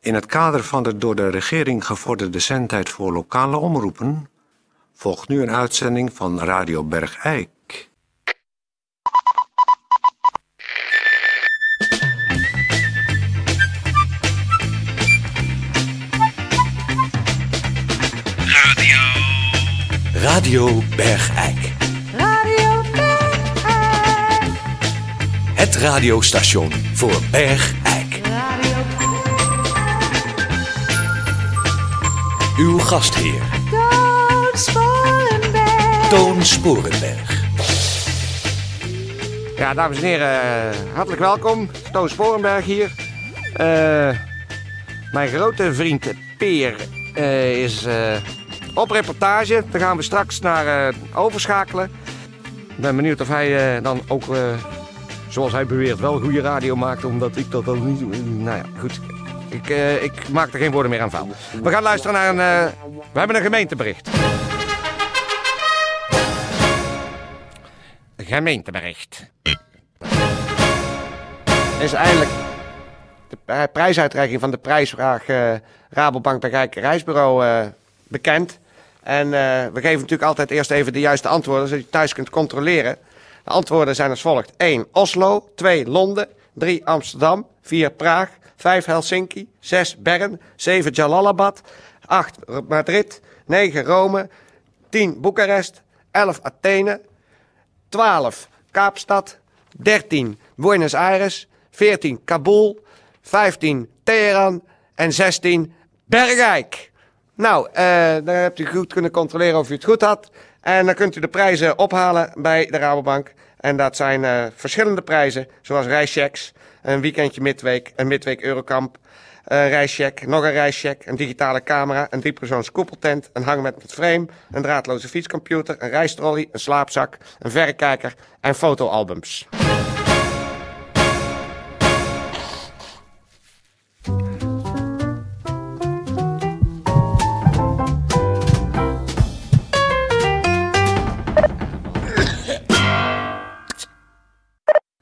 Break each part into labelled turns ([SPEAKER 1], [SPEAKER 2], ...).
[SPEAKER 1] In het kader van de door de regering gevorderde zendtijd voor lokale omroepen volgt nu een uitzending van Radio Bergijk.
[SPEAKER 2] Radio Bergijk.
[SPEAKER 3] Radio Bergijk.
[SPEAKER 2] Het radiostation voor Bergijk.
[SPEAKER 3] Radio
[SPEAKER 2] Uw gastheer
[SPEAKER 3] Toon Sporenberg.
[SPEAKER 2] Toon Sporenberg.
[SPEAKER 4] Ja, dames en heren, eh, hartelijk welkom. Toon Sporenberg hier. Eh, mijn grote vriend Peer eh, is eh, op reportage. Daar gaan we straks naar eh, overschakelen. Ik ben benieuwd of hij eh, dan ook, eh, zoals hij beweert, wel goede radio maakt. Omdat ik dat dan niet doe. Nou ja, goed. Ik, eh, ik maak er geen woorden meer aan vuil. We gaan luisteren naar een... eh, we hebben een gemeentebericht. Gemeentebericht is eindelijk de pri- prijsuitreiking van de prijsvraag eh, Rabobank bij Rijk Reisbureau eh, bekend. En eh, we geven natuurlijk altijd eerst even de juiste antwoorden, zodat je thuis kunt controleren. De antwoorden zijn als volgt. 1. Oslo. 2. Londen. 3. Amsterdam. 4. Praag. 5. Helsinki. 6. Bern. 7. Jalalabad. 8. Madrid. 9. Rome. 10. Boekarest. 11. Athene. 12 Kaapstad, 13 Buenos Aires, 14 Kabul, 15 Teheran en 16 Bergijk. Nou, eh dan hebt u goed kunnen controleren of u het goed had. En dan kunt u de prijzen ophalen bij de Rabobank. En dat zijn eh, verschillende prijzen, zoals reischecks, een weekendje midweek, een midweek Eurokamp, een reischeck, nog een reischeck, een digitale camera, een driepersoons koepeltent, een hangmat met frame, een draadloze fietscomputer, een reistrolly, een slaapzak, een verrekijker en fotoalbums.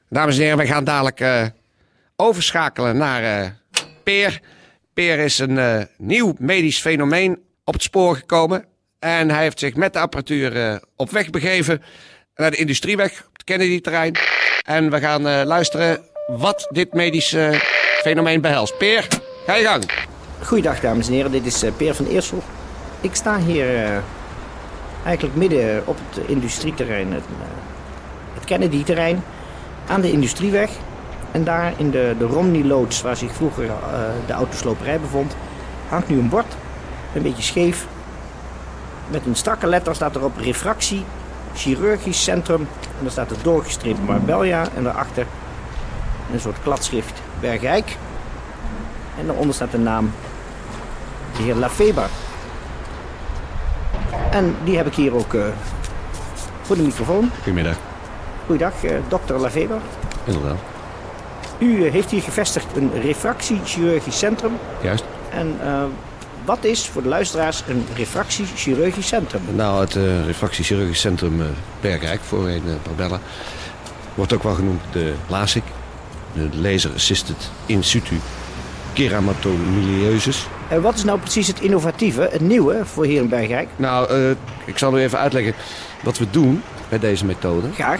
[SPEAKER 4] Dames en heren, we gaan dadelijk eh, overschakelen naar eh, Peer. Peer is een eh, nieuw medisch fenomeen op het spoor gekomen. En hij heeft zich met de apparatuur eh, op weg begeven naar de industrieweg, op het Kennedy-terrein. En we gaan eh, luisteren wat dit medische eh, fenomeen behelst. Peer, ga je gang.
[SPEAKER 5] Goeiedag dames en heren, dit is eh, Peer van Eersel. Ik sta hier eh, eigenlijk midden op het industrieterrein, het, eh, het Kennedy-terrein, aan de industrieweg. En daar in de, de Romney-loods, waar zich vroeger eh, de autosloperij bevond, hangt nu een bord, een beetje scheef. Met een strakke letter staat erop refractie, chirurgisch centrum. En dan staat er doorgestreept Marbella en daarachter een soort kladschrift Bergijk. En daaronder staat de naam de heer Lafeber. En die heb ik hier ook eh, voor de microfoon.
[SPEAKER 6] Goedemiddag.
[SPEAKER 5] Goeiedag, eh dokter Lafeber.
[SPEAKER 6] Inderdaad.
[SPEAKER 5] U eh, heeft hier gevestigd een refractiechirurgisch centrum.
[SPEAKER 6] Juist.
[SPEAKER 5] En eh, wat is voor de luisteraars een refractiechirurgisch centrum?
[SPEAKER 6] Nou, het eh refractiechirurgisch centrum eh Bergrijk, voorheen eh Barbella, wordt ook wel genoemd de LASIK. De Laser Assisted In Situ Keramatomilieuses.
[SPEAKER 5] En wat is nou precies het innovatieve, het nieuwe voor hier in Bergrijk?
[SPEAKER 6] Nou, eh, ik zal u even uitleggen wat we doen bij deze methode.
[SPEAKER 5] Graag.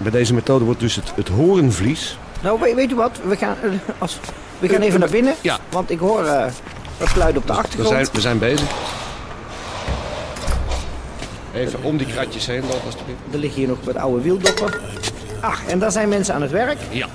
[SPEAKER 6] Bij deze methode wordt dus het, het horenvlies...
[SPEAKER 5] Nou, we- weet u wat? We gaan, eh, als, we gaan even naar binnen.
[SPEAKER 6] Ja.
[SPEAKER 5] Want ik hoor eh wat geluiden op de
[SPEAKER 6] We
[SPEAKER 5] achtergrond.
[SPEAKER 6] zijn, we zijn bezig. Even om die kratjes heen lopen alsjeblieft.
[SPEAKER 5] Er liggen hier nog wat oude wieldoppen. Ach, en daar zijn mensen aan het werk.
[SPEAKER 6] Ja.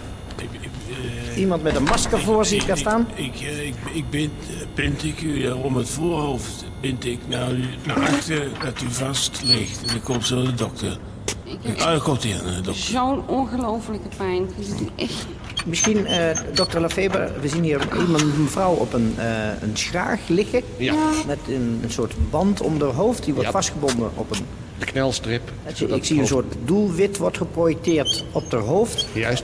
[SPEAKER 5] Iemand met een masker voor zie ik daar staan.
[SPEAKER 7] Ik, eh, ik, ik bind, eh, bind ik u eh, om het voorhoofd. Bind ik naar, u, naar achter dat u vast ligt. En dan komt zo de dokter.
[SPEAKER 8] Ik
[SPEAKER 7] Ah,
[SPEAKER 8] heb
[SPEAKER 7] daar komt hij aan, de dokter.
[SPEAKER 8] zo'n ongelofelijke pijn. Dit doet echt
[SPEAKER 5] Misschien, eh, dokter Lafeber, we zien hier iemand, een mevrouw op een, eh, een schraag liggen.
[SPEAKER 6] Ja,
[SPEAKER 5] Met een, een soort band om haar hoofd, die wordt
[SPEAKER 6] Ja.
[SPEAKER 5] vastgebonden op een...
[SPEAKER 6] de knelstrip.
[SPEAKER 5] Ik zie-
[SPEAKER 6] zodat
[SPEAKER 5] ik zie een
[SPEAKER 6] het
[SPEAKER 5] soort doelwit wordt geprojecteerd op haar hoofd.
[SPEAKER 6] hoofd- Juist.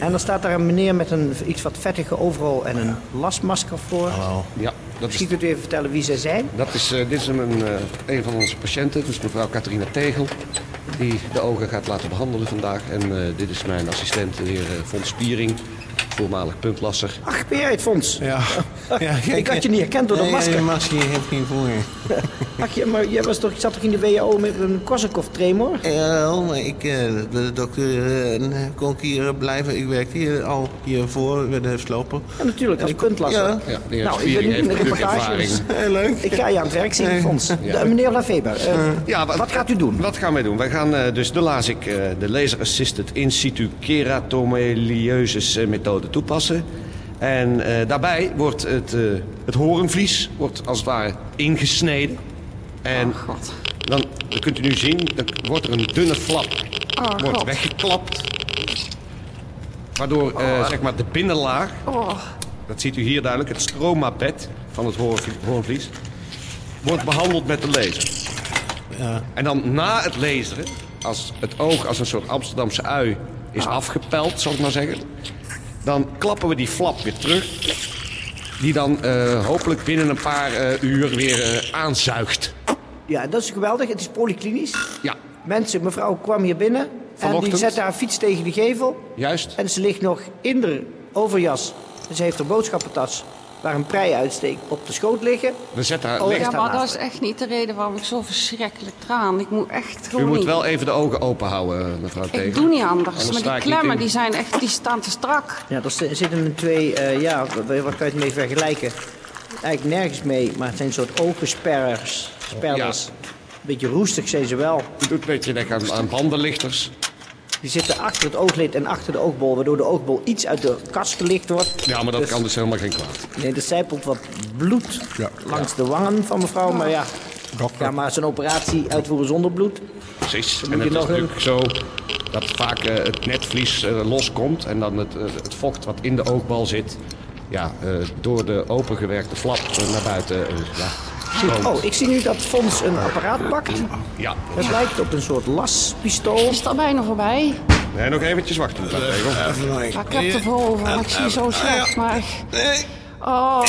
[SPEAKER 5] En dan staat daar een meneer met een iets wat vettige overal en een lasmasker voor.
[SPEAKER 6] Ja, dat is
[SPEAKER 5] Misschien kunt u even vertellen wie zij zijn.
[SPEAKER 6] Dat is, eh, dit is een, eh, een van onze patiënten, dus mevrouw Catharina Tegel, die de ogen gaat laten behandelen vandaag. En eh, dit is mijn assistent, de heer eh, Von Spiering, voormalig puntlasser.
[SPEAKER 5] Ach, Peer, het fonds.
[SPEAKER 6] Ja,
[SPEAKER 9] Ja,
[SPEAKER 5] ik
[SPEAKER 7] eh,
[SPEAKER 5] had je niet herkend door dat
[SPEAKER 9] Nee,
[SPEAKER 5] masker.
[SPEAKER 9] Nee, masker heb ik niet voor je.
[SPEAKER 5] Ach, ja, maar jij was toch, zat toch in de WHO met een Korsakoff-tremor?
[SPEAKER 9] Ja, maar ik, eh, de dokter, eh, kon ik hier blijven. Ik werkte hier al hiervoor bij de sloper.
[SPEAKER 5] Ja, natuurlijk, als puntlasser.
[SPEAKER 9] Ja.
[SPEAKER 4] Ja, de heer
[SPEAKER 5] Nou, ik
[SPEAKER 4] Spiering
[SPEAKER 5] ben nu in de
[SPEAKER 4] heeft
[SPEAKER 5] reportage.
[SPEAKER 4] ervaring.
[SPEAKER 5] dus
[SPEAKER 9] Heel leuk.
[SPEAKER 5] Ik ga je aan het werk zien, Fons. Eh, meneer Lafeber, eh,
[SPEAKER 4] Ja,
[SPEAKER 5] wat gaat u doen?
[SPEAKER 4] Wat gaan wij doen? Wij gaan eh, dus de LASIK, eh, de Laser Assisted In Situ Keratomelieuses eh, methode toepassen. En eh, daarbij wordt het, eh, het horenvlies wordt als het ware ingesneden. En
[SPEAKER 8] Oh, God.
[SPEAKER 4] dan dat kunt u nu zien, dan wordt er een dunne flap
[SPEAKER 8] Oh,
[SPEAKER 4] wordt
[SPEAKER 8] God.
[SPEAKER 4] weggeklapt. Waardoor eh,
[SPEAKER 8] Oh.
[SPEAKER 4] zeg maar de binnenlaag, dat ziet u hier duidelijk, het stromabed van het hoornvlie- hoornvlies, wordt behandeld met de laser. En dan na het laseren, als het oog als een soort Amsterdamse ui is
[SPEAKER 5] Ah.
[SPEAKER 4] afgepeld, zal ik maar zeggen, dan klappen we die flap weer terug. Die dan eh, hopelijk binnen een paar eh, uur weer eh, aanzuigt.
[SPEAKER 5] Ja, dat is geweldig. Het is polyklinisch.
[SPEAKER 4] Ja,
[SPEAKER 5] Mensen, mevrouw kwam hier binnen. En die
[SPEAKER 4] Vanochtend.
[SPEAKER 5] zette haar fiets tegen de gevel.
[SPEAKER 4] juist.
[SPEAKER 5] En ze ligt nog in de overjas. En ze heeft een boodschappentas waar een prei uitsteekt op de schoot liggen.
[SPEAKER 4] We zetten haar,
[SPEAKER 5] Oh,
[SPEAKER 4] leg-
[SPEAKER 5] Echt
[SPEAKER 8] Ja, maar dat
[SPEAKER 5] daarnaast.
[SPEAKER 8] is echt niet de reden waarom ik zo verschrikkelijk traan. Ik moet echt gewoon
[SPEAKER 4] U moet
[SPEAKER 8] niet-
[SPEAKER 4] wel even de ogen open houden, mevrouw Tegen.
[SPEAKER 8] Ik doe niet anders.
[SPEAKER 4] Anders
[SPEAKER 8] Maar
[SPEAKER 4] sta
[SPEAKER 8] die
[SPEAKER 4] ik niet
[SPEAKER 8] klemmen
[SPEAKER 4] in.
[SPEAKER 8] die zijn echt, die staan te strak.
[SPEAKER 5] Ja, er zi- zitten een twee, eh, ja, wat kan je het mee vergelijken? Eigenlijk nergens mee, maar het zijn een soort ogensperrers. Sperrers. Beetje roestig zijn ze wel.
[SPEAKER 4] Het doet een beetje lekker aan, aan bandenlichters.
[SPEAKER 5] Die zitten achter het ooglid en achter de oogbol, waardoor de oogbol iets uit de kast gelicht wordt.
[SPEAKER 4] Ja, maar dat
[SPEAKER 5] Dus-
[SPEAKER 4] kan dus helemaal geen kwaad.
[SPEAKER 5] Nee, er zijpelt wat bloed langs de wangen van mevrouw, maar ja. Ja, maar zo'n operatie uitvoeren zonder bloed.
[SPEAKER 4] Precies.
[SPEAKER 5] moet
[SPEAKER 4] En
[SPEAKER 5] je
[SPEAKER 4] het is
[SPEAKER 5] nog een-
[SPEAKER 4] natuurlijk zo dat vaak eh, het netvlies eh, loskomt en dan het, eh, het vocht wat in de oogbal zit, ja, eh, door de opengewerkte flap eh, naar buiten. eh, ja, stroomt.
[SPEAKER 5] Oh, ik zie nu dat Fons een apparaat pakt.
[SPEAKER 4] Ja.
[SPEAKER 5] Het lijkt op een soort laspistool.
[SPEAKER 8] Is dat bijna voorbij?
[SPEAKER 4] Nee, nog eventjes wachten. mevrouw Tegel.
[SPEAKER 8] Ja, ik
[SPEAKER 7] Eh,
[SPEAKER 8] heb ervoor over, want ik zie zo slecht. Maar echt-
[SPEAKER 9] Nee.
[SPEAKER 8] Oh,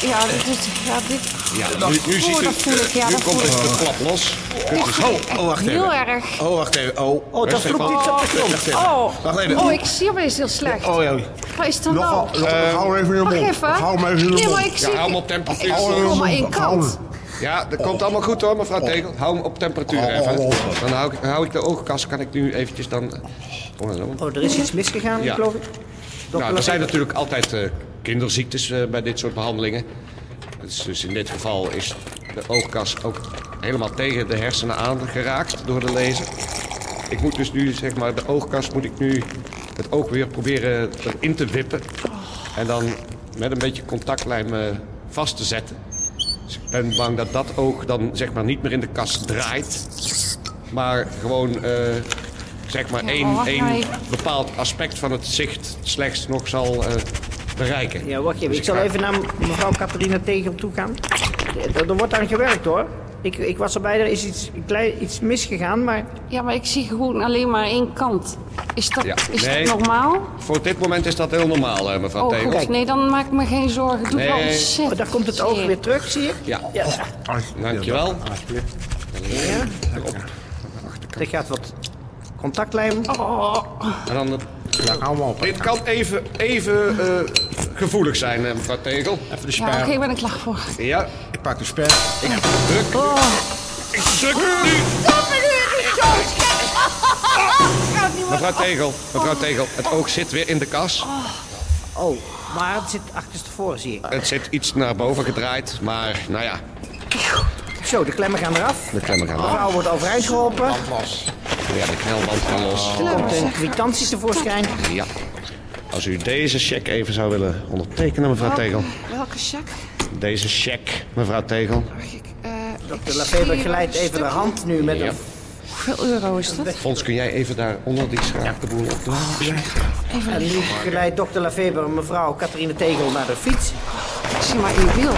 [SPEAKER 8] ja, dit is... Ja, dit...
[SPEAKER 4] Ja, nu, nu ziet
[SPEAKER 8] Oh,
[SPEAKER 4] u,
[SPEAKER 8] dat voel ik, ja,
[SPEAKER 4] nu
[SPEAKER 8] dat
[SPEAKER 4] komt
[SPEAKER 8] voel
[SPEAKER 4] dus
[SPEAKER 8] ik.
[SPEAKER 4] de flap los. Kunt u zo-
[SPEAKER 8] echt
[SPEAKER 9] Oh, wacht
[SPEAKER 8] heel
[SPEAKER 9] even.
[SPEAKER 8] erg.
[SPEAKER 9] Oh, wacht even. Oh,
[SPEAKER 5] Oh, dat
[SPEAKER 9] rustig,
[SPEAKER 5] vloekt iets
[SPEAKER 9] wacht.
[SPEAKER 5] op de grond.
[SPEAKER 9] Wacht even.
[SPEAKER 8] Oh,
[SPEAKER 9] Wacht even.
[SPEAKER 8] oh, ik zie opeens heel slecht.
[SPEAKER 9] Oh, ja.
[SPEAKER 8] Wat is dat
[SPEAKER 6] Nog
[SPEAKER 8] nou?
[SPEAKER 6] nog- hou even in
[SPEAKER 8] Wacht
[SPEAKER 6] de mond.
[SPEAKER 8] even.
[SPEAKER 6] Hou hem even in de
[SPEAKER 8] Nee, maar
[SPEAKER 6] mond.
[SPEAKER 8] ik
[SPEAKER 4] Ja,
[SPEAKER 8] zie...
[SPEAKER 4] hou hem op temperatuur.
[SPEAKER 8] Ik zie gewoon maar één
[SPEAKER 6] Hou
[SPEAKER 8] kant.
[SPEAKER 6] hem.
[SPEAKER 4] Ja, dat komt allemaal goed hoor, mevrouw Tegel. Hou hem op temperatuur
[SPEAKER 6] Oh,
[SPEAKER 4] even.
[SPEAKER 6] oh, oh.
[SPEAKER 4] Dan hou ik, hou ik de oogkast, kan ik nu eventjes dan... Oh, zo.
[SPEAKER 5] Oh, er is iets misgegaan,
[SPEAKER 4] Ja.
[SPEAKER 5] geloof ik.
[SPEAKER 4] Nou, er
[SPEAKER 5] Laffey-
[SPEAKER 4] zijn natuurlijk altijd eh, kinderziektes eh, bij dit soort behandelingen. Dus, dus in dit geval is de oogkas ook helemaal tegen de hersenen aangeraakt door de laser. Ik moet dus nu, zeg maar, de oogkas moet ik nu het oog weer proberen in te wippen. En dan met een beetje contactlijm eh, vast te zetten. Dus ik ben bang dat dat oog dan, zeg maar, niet meer in de kas draait. Maar gewoon, eh, zeg maar,
[SPEAKER 8] Ja,
[SPEAKER 4] één,
[SPEAKER 8] wacht
[SPEAKER 4] één
[SPEAKER 8] nou even.
[SPEAKER 4] bepaald aspect van het zicht slechts nog zal eh, bereiken.
[SPEAKER 5] Ja, wacht even.
[SPEAKER 4] Dus
[SPEAKER 5] Ik zal
[SPEAKER 4] ga-
[SPEAKER 5] even naar mevrouw Catharina tegen toe gaan. Er, er wordt aan gewerkt, hoor. Ik, ik was erbij, er is iets, klein, iets misgegaan, maar...
[SPEAKER 8] Ja, maar ik zie gewoon alleen maar één kant. Is dat,
[SPEAKER 4] Ja,
[SPEAKER 8] is
[SPEAKER 4] nee.
[SPEAKER 8] dat normaal?
[SPEAKER 4] Voor dit moment is dat heel normaal, eh, mevrouw
[SPEAKER 8] Oh,
[SPEAKER 4] Tegels.
[SPEAKER 8] goed. Nee, dan maak ik me geen zorgen. Doe wel
[SPEAKER 4] Nee.
[SPEAKER 8] ontzettend.
[SPEAKER 5] Oh, daar komt het oog
[SPEAKER 8] zeer.
[SPEAKER 5] weer terug, zie je?
[SPEAKER 4] Ja. Oh.
[SPEAKER 5] ja. Oh.
[SPEAKER 4] Dankjewel.
[SPEAKER 5] Er gaat wat contactlijm.
[SPEAKER 4] En dan, het-
[SPEAKER 6] Hou hem op.
[SPEAKER 4] dit kan even, even eh, gevoelig zijn, eh, mevrouw Tegel.
[SPEAKER 6] Even de
[SPEAKER 8] Ja, oké,
[SPEAKER 6] sper.
[SPEAKER 8] ik ben er klaar voor.
[SPEAKER 4] Ja,
[SPEAKER 6] Ik pak de sper.
[SPEAKER 4] druk. Ik druk nu. Mevrouw Tegel, mevrouw Tegel, het oog zit weer in de kas.
[SPEAKER 5] Oh, maar het zit achterstevoren, zie ik.
[SPEAKER 4] Het zit iets naar boven gedraaid, maar nou ja,
[SPEAKER 5] Zo, de klemmen gaan eraf.
[SPEAKER 4] de klemmen gaan
[SPEAKER 5] De
[SPEAKER 4] los.
[SPEAKER 5] vrouw wordt overeind geholpen.
[SPEAKER 4] Ah. Ja, de knelband kan los.
[SPEAKER 5] Er komt een kwitantie tevoorschijn.
[SPEAKER 4] Ja. Als u deze cheque even zou willen ondertekenen, mevrouw Tegel.
[SPEAKER 8] Welke check?
[SPEAKER 4] Deze cheque, mevrouw Tegel.
[SPEAKER 8] Ik, eh,
[SPEAKER 5] Dr. Lafeber geleidt even de hand nu met
[SPEAKER 4] Ja.
[SPEAKER 5] een...
[SPEAKER 8] hoeveel euro is dat?
[SPEAKER 4] Fons, kun jij even daar onder die schaap de boel op doen?
[SPEAKER 8] Even
[SPEAKER 5] En
[SPEAKER 8] een
[SPEAKER 5] nu geleidt dokter Lafeber mevrouw Catharina Tegel naar de fiets.
[SPEAKER 8] Ik zie maar één wil.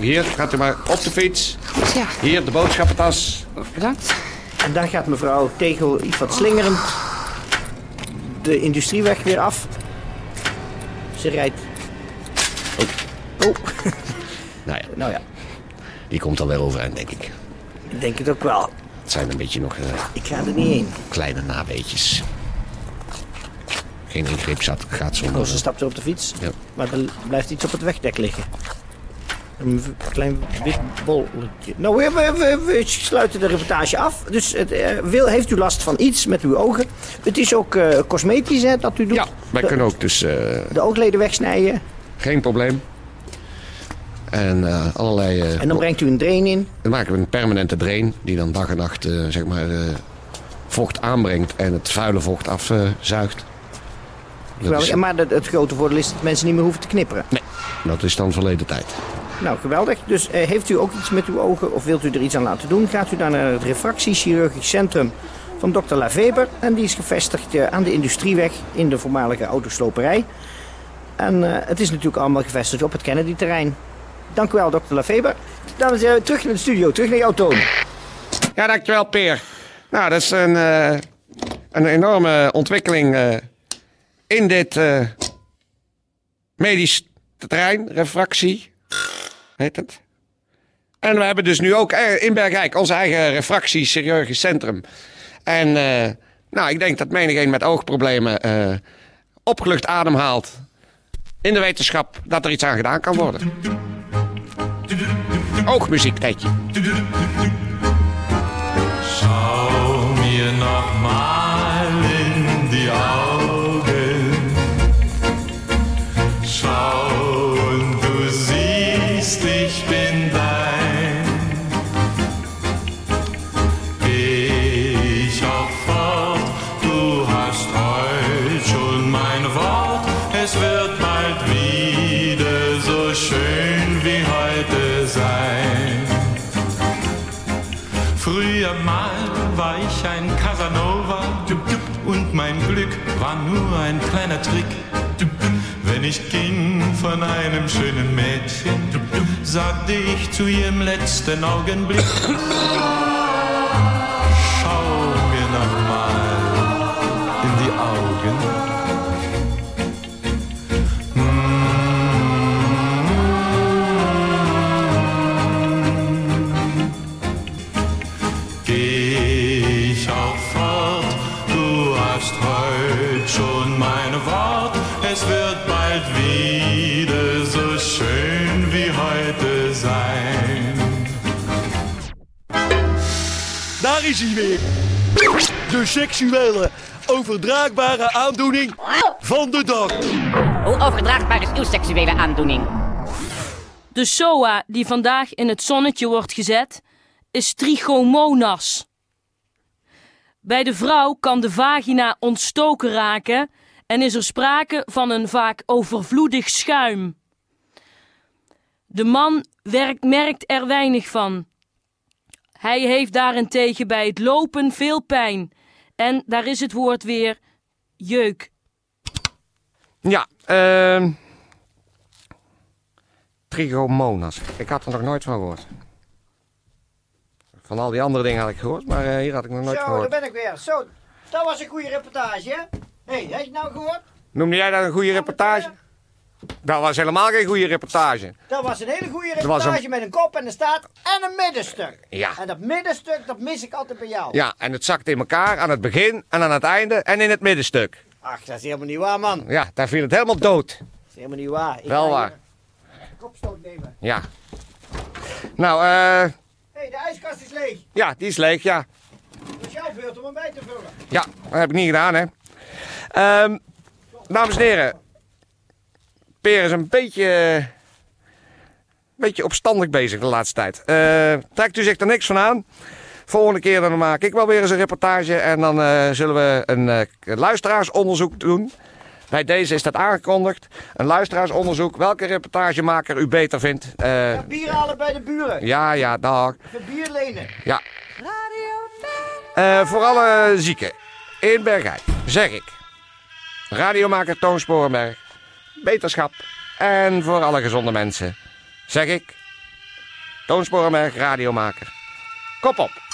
[SPEAKER 4] Hier, gaat u maar op de fiets.
[SPEAKER 8] Goed, ja.
[SPEAKER 4] Hier, de boodschappentas.
[SPEAKER 8] Bedankt.
[SPEAKER 5] En dan gaat mevrouw Tegel iets wat slingerend de industrieweg weer af. Ze rijdt. Oh.
[SPEAKER 4] Nou ja,
[SPEAKER 5] nou ja,
[SPEAKER 4] die komt al wel overeind, denk ik.
[SPEAKER 5] ik denk het ook wel.
[SPEAKER 4] Het zijn een beetje nog eh,
[SPEAKER 5] Ik ga er niet heen.
[SPEAKER 4] kleine naweetjes. Geen ingreep zat, gaat
[SPEAKER 5] Oh,
[SPEAKER 4] zonder.
[SPEAKER 5] ze stapt weer op de fiets.
[SPEAKER 4] Ja.
[SPEAKER 5] Maar er blijft iets op het wegdek liggen. Een w- klein wit bolletje. Nou, we, we, we- we sluiten de reportage af. Dus het, eh, wil, heeft u last van iets met uw ogen? Het is ook eh, cosmetisch hè, dat u doet.
[SPEAKER 6] Ja, wij
[SPEAKER 5] de,
[SPEAKER 6] kunnen ook dus eh,
[SPEAKER 5] de oogleden wegsnijden.
[SPEAKER 6] geen probleem. En eh, allerlei... eh,
[SPEAKER 5] En dan brengt u een drain in.
[SPEAKER 6] Dan maken we een permanente drain die dan dag en nacht eh, zeg maar, eh, vocht aanbrengt en het vuile vocht eh, afzuigt. dat,
[SPEAKER 5] Geweldig.
[SPEAKER 6] is,
[SPEAKER 5] En Maar het, het grote voordeel is dat mensen niet meer hoeven te knipperen.
[SPEAKER 6] dat is dan verleden tijd.
[SPEAKER 5] Nou, geweldig. Dus eh, heeft u ook iets met uw ogen of wilt u er iets aan laten doen? Gaat u dan naar het refractiechirurgisch centrum van dokter Laveber. En die is gevestigd eh, aan de Industrieweg in de voormalige autosloperij. En eh, het is natuurlijk allemaal gevestigd op het Kennedy-terrein. Dank u wel, dokter Laveber. Dames en heren, terug naar de studio. Terug naar jou, Toon.
[SPEAKER 4] Ja, dankjewel, Peer. Nou, dat is een, eh, een enorme ontwikkeling eh, in dit eh, medisch terrein, refractie, heet het. En we hebben dus nu ook eh, in Bergijk ons eigen refractiechirurgisch centrum. En eh, nou, ik denk dat menigeen met oogproblemen eh, opgelucht ademhaalt in de wetenschap dat er iets aan gedaan kan worden. Oogmuziek, tijdje.
[SPEAKER 10] Schau mir noch mal in die Augen. Schau und du siehst, ich bin dein. Geh ich auch fort, du hast heute schon mein Wort. Es wird bald wieder so schön wie heute sein. Früher mal war ich ein Casanova dup, dup, und mein Glück war nur ein kleiner Trick. Dup, dup. Wenn ich ging von einem schönen Mädchen, dup, dup, sagte ich zu ihr im letzten Augenblick. Schau mir noch mal in die Augen. Geh ich auch fort, du hast heute schon mein Wort. Es wird bald wieder so schön wie heute sein.
[SPEAKER 2] Daar is hij weer. De seksuele overdraagbare aandoening van de dag.
[SPEAKER 11] Hoe overdraagbaar is uw seksuele aandoening?
[SPEAKER 12] De SOA die vandaag in het zonnetje wordt gezet is trichomonas. Bij de vrouw kan de vagina ontstoken raken en is er sprake van een vaak overvloedig schuim. De man werkt, merkt er weinig van. Hij heeft daarentegen bij het lopen veel pijn. En daar is het woord weer jeuk.
[SPEAKER 4] Ja, ehm Trigomonas. Ik had er nog nooit van gehoord. Van al die andere dingen had ik gehoord, maar eh, hier had ik nog nooit van
[SPEAKER 5] Zo, daar
[SPEAKER 4] gehoord.
[SPEAKER 5] ben ik weer. Zo, dat was een goede reportage, hè? Hé, hey, heb je het nou gehoord?
[SPEAKER 4] Noemde jij dat een goede
[SPEAKER 5] eh,
[SPEAKER 4] reportage? Dat was helemaal geen goede reportage.
[SPEAKER 5] Dat was een hele goede
[SPEAKER 4] Dat was een-
[SPEAKER 5] reportage met een kop en een staart en een middenstuk.
[SPEAKER 4] Ja.
[SPEAKER 5] En dat middenstuk, dat mis ik altijd bij jou.
[SPEAKER 4] Ja, en het zakte in elkaar aan het begin en aan het einde en in het middenstuk.
[SPEAKER 5] Ach, dat is helemaal niet waar, man. Dat
[SPEAKER 4] Ja, daar viel het helemaal dood.
[SPEAKER 5] is helemaal niet waar. Ik
[SPEAKER 4] Wel
[SPEAKER 5] ga
[SPEAKER 4] waar.
[SPEAKER 5] hier een Kopstoot nemen.
[SPEAKER 4] Ja. Nou, eh,
[SPEAKER 5] Hé, hey, de ijskast is leeg.
[SPEAKER 4] ja, die is leeg, ja.
[SPEAKER 5] Het is jouw beurt om hem bij te vullen.
[SPEAKER 4] Ja, dat heb ik niet gedaan, hè. Ehm, dames en heren. Peer is een beetje... eh, Een beetje opstandig bezig de laatste tijd. Eh, trekt u zich er niks van aan? Volgende keer dan maak ik wel weer eens een reportage. En dan eh, zullen we een eh, luisteraarsonderzoek doen. Bij deze is dat aangekondigd. Een luisteraarsonderzoek. Welke reportagemaker u beter vindt. Eh,
[SPEAKER 5] Bier halen bij de buren.
[SPEAKER 4] ja, ja, dag.
[SPEAKER 5] Even bier lenen.
[SPEAKER 4] Ja. Eh, voor alle zieken in Bergijk zeg ik: radiomaker Toon Sporenberg, beterschap. En voor alle gezonde mensen zeg ik: Toon Sporenberg, radiomaker. Kop op.